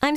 I'm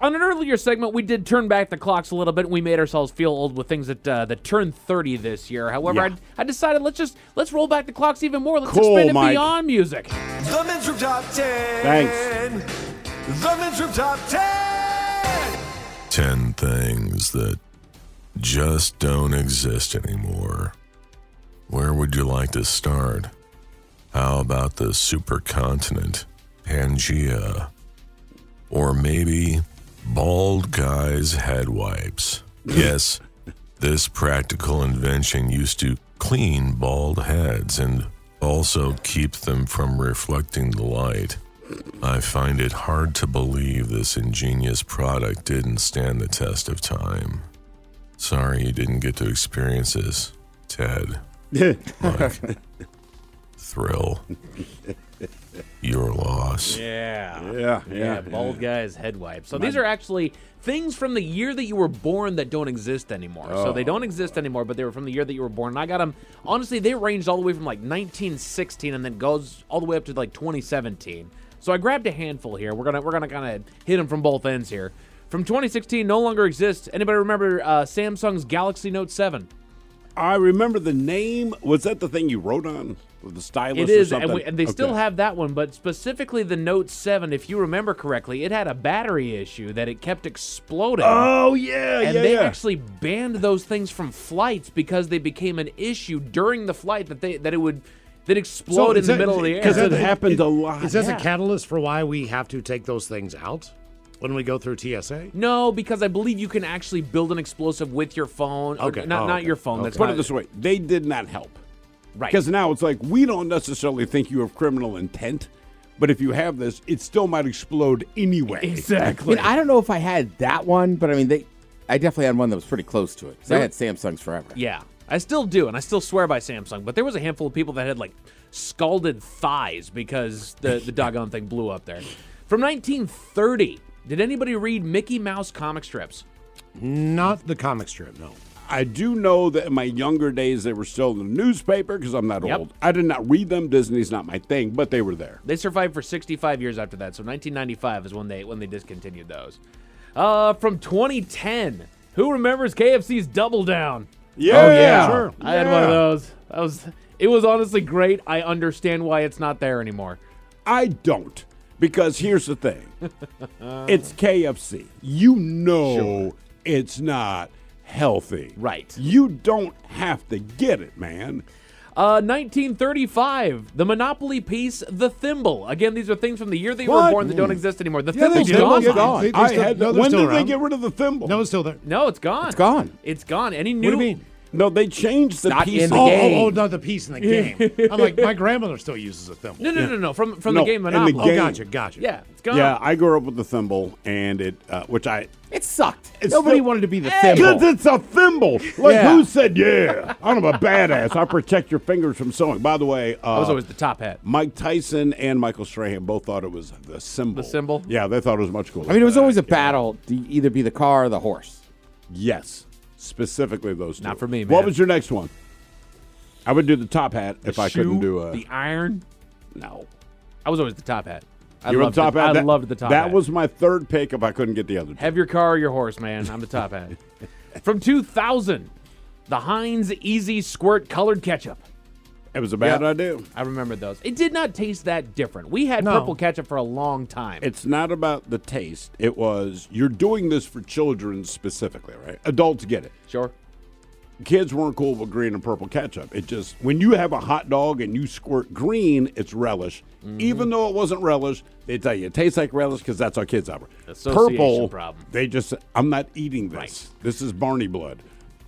on an earlier segment, we did turn back the clocks a little bit. and We made ourselves feel old with things that uh, that turned 30 this year. However, Yeah. I, I decided let's just let's roll back the clocks even more. Let's Cool, expand it Mike. beyond music. The Men's Room Top 10. Thanks. The Men's Room Top 10. 10 things that just don't exist anymore. Where would you like to start? How about the supercontinent, Pangea? Or maybe bald guys' head wipes? Yes, this practical invention used to clean bald heads and also keep them from reflecting the light. I find it hard to believe this ingenious product didn't stand the test of time. Sorry you didn't get to experience this, Ted. Mike. Thrill. Your loss. Yeah. yeah, yeah. Yeah, bald guys head wipes. So these are actually things from the year that you were born that don't exist anymore. So Oh. they don't exist anymore, but they were from the year that you were born. And I got them. Honestly, they ranged all the way from like 1916 and then goes all the way up to like 2017. So I grabbed a handful here. We're gonna we're gonna kind of hit them from both ends here. From 2016, no longer exists. Anybody remember uh, Samsung's Galaxy Note 7? I remember the name. Was that the thing you wrote on with the stylus? It or is, and, something? we, and they still Okay. have that one, but specifically the Note 7, if you remember correctly, it had a battery issue that it kept exploding. Oh yeah, and yeah, they yeah. actually banned those things from flights because they became an issue during the flight that they that it would that explode in is the that- middle of the air. is because it that- happened a lot. Is this Yeah. a catalyst for why we have to take those things out when we go through TSA? no, because I believe you can actually build an explosive with your phone. or Okay. not Oh, not okay. your phone. Okay. That's Put not- it this way: they did not help. right. Because now it's like we don't necessarily think you have criminal intent, but if you have this, it still might explode anyway. Exactly. I mean, I don't know if I had that one, but I mean, they, I definitely had one that was pretty close to it. 'cause I had Samsung's forever. Yeah. I still do, and I still swear by Samsung, but there was a handful of people that had like scalded thighs because the, the doggone thing blew up there. From 1930, did anybody read Mickey Mouse comic strips? Not the comic strip, no. I do know that in my younger days they were still in the newspaper because I'm not Yep. old. I did not read them. Disney's not my thing, but they were there. They survived for 65 years after that. So 1995 is when they when they discontinued those. Uh, from 2010, who remembers KFC's Double Down? Yeah, sure. I had one of those. That was it was honestly great. I understand why it's not there anymore. I don't. Because here's the thing it's KFC. You know it's not healthy. Right. You don't have to get it, man. Uh, 1935, the Monopoly piece, the thimble. Again, these are things from the year that you were What? born that don't exist anymore. The Yeah, thimble's they did. gone. It's gone. They- they I still- had, no, they're when still did they around. get rid of the thimble? No, it's still there. No, it's gone. It's gone. It's gone. Any new? What do you mean? No, they changed the Not piece. in the Oh, game. oh, oh, not the piece in the game. I'm like, my grandmother still uses a thimble. No, no, no, no. From from No, the game in the Monopoly. Oh, game. gotcha, gotcha. Yeah, it's gone. Yeah, I grew up with the thimble, and it, uh, which I. It sucked. It's Nobody still- wanted to be the Because thimble. it's a thimble. Like, Yeah. who said, yeah, I'm a badass. I protect your fingers from sewing. By the way, uh, I was always the top hat. Mike Tyson and Michael Strahan both thought it was the symbol. The symbol? Yeah, they thought it was much cooler. I mean, it was than always a that. battle to either be the car or the horse. Yes, specifically those two. Not for me, What man. was your next one? I would do the top hat if I couldn't Shoe, do uh, a. the iron. No, I was always the top hat. I you were the loved top it. hat. I That- loved the top That hat. was my third pick if I couldn't get the other. two. have your car or your horse, man. I'm the top hat. From 2000, the Heinz Easy Squirt colored ketchup. It was a bad Yeah. idea. I remember those. It did not taste that different. We had No. purple ketchup for a long time. It's not about the taste. It was you're doing this for children specifically, right? Adults get it. Sure. Kids weren't cool with green and purple ketchup. It just when you have a hot dog and you squirt green, it's relish. Mm-hmm. Even though it wasn't relish, they tell you it tastes like relish because that's how kids are. Association Purple problem. They just I'm not eating this. This is Barney blood.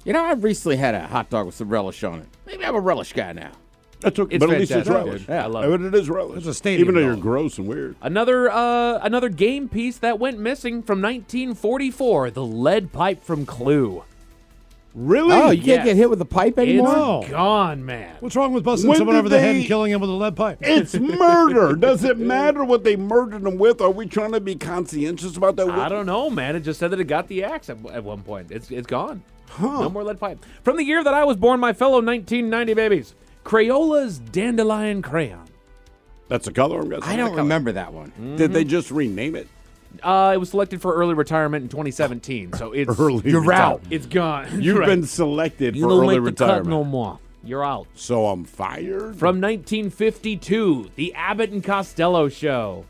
You know, I recently had a hot dog with some relish on it. Maybe I'm a relish guy now. That's okay, It's but at least it's fantastic, relish. dude. I love But it is relish. It's a stadium Even though dog. you're gross and weird. Another uh, another game piece that went missing from 1944: the lead pipe from Clue. Really? Oh, you can't Yes. get hit with a pipe It's anymore? gone, man. What's wrong with busting When someone did over the head and they- killing him with a lead pipe? It's murder. Does it matter what they murdered him with? Are we trying to be conscientious about that? I don't know, man. It just said that it got the axe at, at one point. It's it's gone. No more lead pipe. From the year that I was born, my fellow 1990 babies, Crayola's Dandelion Crayon. That's a color. I'm guessing. I don't remember that one. Did Mm-hmm. they just rename it? Uh, it was selected for early retirement in 2017, so it's Early You're retirement. out. It's gone. You've Right. been selected You for don't early make the cut retirement. no more. You're out. So I'm fired. From 1952, the Abbott and Costello Show.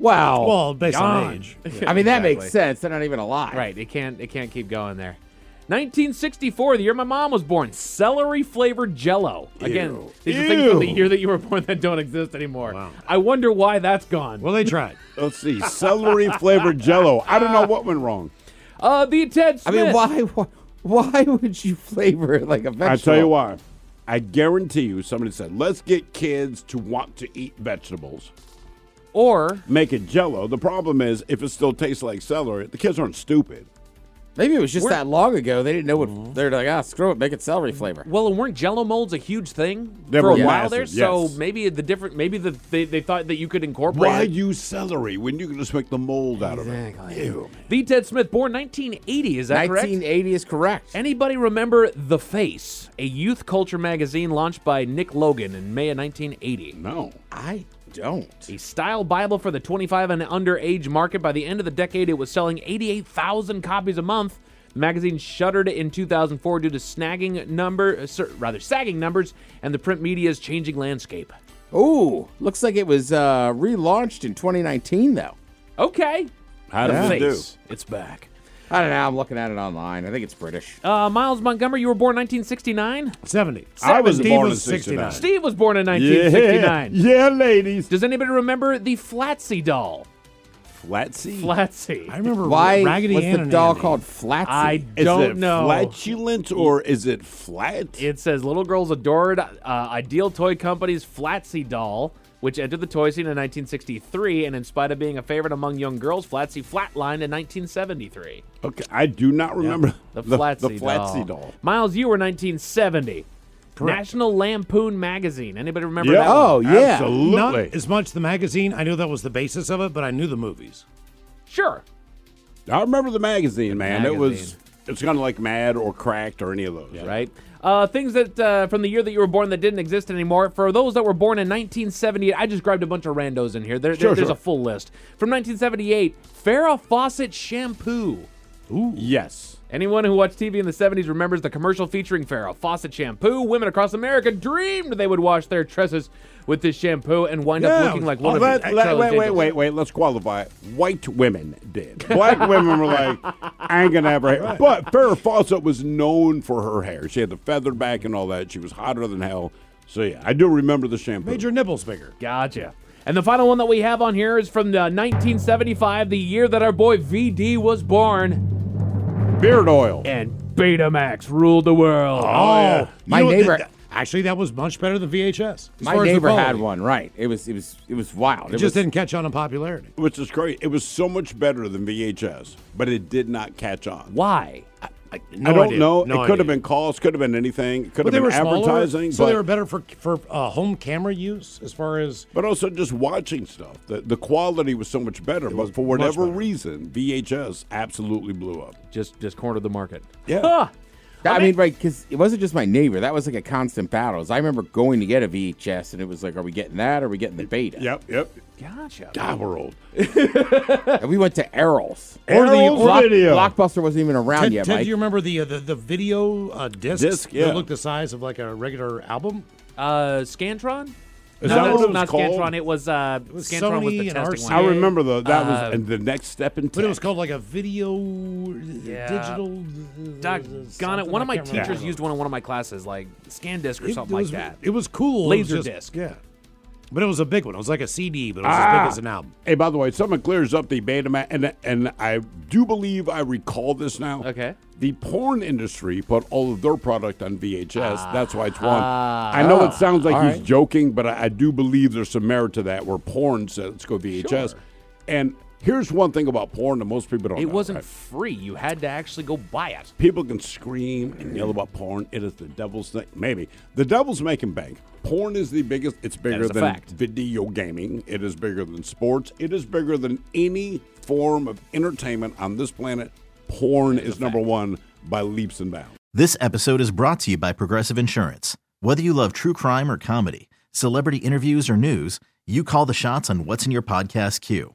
Wow. Well, based on Gone. age. I mean, that makes Exactly. sense. They're not even alive. Right, it can't it can't keep going there. 1964, the year my mom was born, celery flavored Jello. Again, Ew. these are things from the Ew. year that you were born that don't exist anymore. I wonder why that's gone. Well, they tried. Let's see, celery flavored Jello. I don't know what went wrong. uh, the Ted I Smith. mean, why, why why would you flavor it like a vegetable? I tell you why. I guarantee you, somebody said, "Let's get kids to want to eat vegetables. Or Make it Jello." The problem is, if it still tastes like celery, the kids aren't stupid. Maybe it was just that long ago. They didn't know Mm-hmm. what. They're like, ah, screw it, make it celery flavor. well, and weren't Jello molds a huge thing They for a were while massive, there? So yes. maybe the different, maybe the they, they thought that you could incorporate. Why it. use celery when you can just make the mold out of it? Ew. the Ted Smith, born 1980, is that correct? 1980 is correct. Anybody remember The Face, a youth culture magazine launched by Nick Logan in May of 1980? No. I don't. A style Bible for the 25 and underage market. By the end of the decade, it was selling 88,000 copies a month. The magazine shuttered in 2004 due to snagging number, uh, sir, rather sagging numbers, and the print media's changing landscape. Ooh, looks like it was uh, relaunched in 2019 though. Okay, How The did it do? Face, it's back. I don't know. I'm looking at it online. I think it's British. Uh, Miles Montgomery, you were born 1969. 70. I was Steve born was in 69. Steve was born in 1969. Yeah, yeah ladies. Does anybody remember the Flatsy doll? Flatsy? Flatsy. I remember Why Raggedy was Ann the and doll Andy. called Flatsy? I is don't it know. flatulent or is it flat? It says little girls adored uh, Ideal Toy Company's Flatsy doll, which entered the toy scene in 1963, and in spite of being a favorite among young girls, Flatsy flatlined in 1973. okay, I do not remember The Flatsy, the Flatsy doll. Miles, you were 1970. National Lampoon magazine. Anybody remember Yeah. that? one? Oh, yeah. Not absolutely. as much the magazine. I knew that was the basis of it, but I knew the movies. Sure. I remember the magazine, man. It was magazine. it's kind of like Mad or Cracked or any of those. Right. Uh, things that uh, from the year that you were born that didn't exist anymore. For those that were born in 1978, I just grabbed a bunch of randos in here. There, there- Sure, there's sure. a full list from 1978. Farrah Fawcett shampoo. Yes. Anyone who watched TV in the 70s remembers the commercial featuring Farrah Fawcett shampoo. Women across America dreamed they would wash their tresses with this shampoo and wind up looking like one Oh, of let- the let- Charlie's wait, wait, Angels. wait, wait. Let's qualify. it. White women did. Black women were like, I ain't gonna have her hair. But Farrah Fawcett was known for her hair. She had the feathered back and all that. She was hotter than hell. So yeah, I do remember the shampoo. Made your nipples bigger. Gotcha. And the final one that we have on here is from uh, 1975, the year that our boy VD was born, beard oil. and Betamax ruled the world. Oh, yeah. Oh, my th- neighbor- Oh, th- actually, that was much better than VHS. as My far as the neighbor had quality. one. Right. It was. It was. It was wild. It just didn't catch on in popularity. Which is great. It was so much better than VHS, but it did not catch on. Why? No I don't idea. know. No it could have idea. been calls, could have been anything, could But have they been were smaller, advertising. so but, they were better for for uh, home camera use as far as but also just watching stuff. The, the quality was so much better, but for whatever reason, VHS absolutely blew up. Just just cornered the market. Yeah. Huh. I mean, right? Because it wasn't just my neighbor. That was like a constant battle. 'Cause I remember going to get a VHS, and it was like, are we getting that? Or are we getting the beta? Yep, yep. Gotcha. God, we're old. And we went to Errol's. Or the Errol's or- video. Blockbuster wasn't even around Ted, yet, Ted, Mike. do you remember the uh, the, the video uh, discs Disc, yeah. that looked the size of like a regular album? Uh, Scantron? Is no, that no, what it was not called? Scantron. It was, uh, was Scantron was Sony the and testing I one. RCA. remember though that Uh, was and the next step in But it was tech. called like a video uh, Yeah. digital. uh, Doggone it. One of my teachers used one in one of my classes, like scan disc or something was, like that. It was cool. It was Laser just- disc. Yeah. But it was a big one. It was like a CD, but it was as Ah! big as an album. Hey, by the way, someone clears up the Betamax, and and I do believe I recall this now. Okay. The porn industry put all of their product on VHS. That's why it's one. Ah. I know Oh. it sounds like he's joking, but I, I do believe there's some merit to that. Where porn said, "Let's go VHS," and here's one thing about porn that most people don't. It know, wasn't right? free. You had to actually go buy it. People can scream and yell about porn. It is the devil's thing. Maybe the devil's making bank. Porn is the biggest. It's bigger is a than fact. video gaming. It is bigger than sports. It is bigger than any form of entertainment on this planet. Porn is number one by leaps and bounds. This episode is brought to you by Progressive Insurance. Whether you love true crime or comedy, celebrity interviews or news, you call the shots on what's in your podcast queue.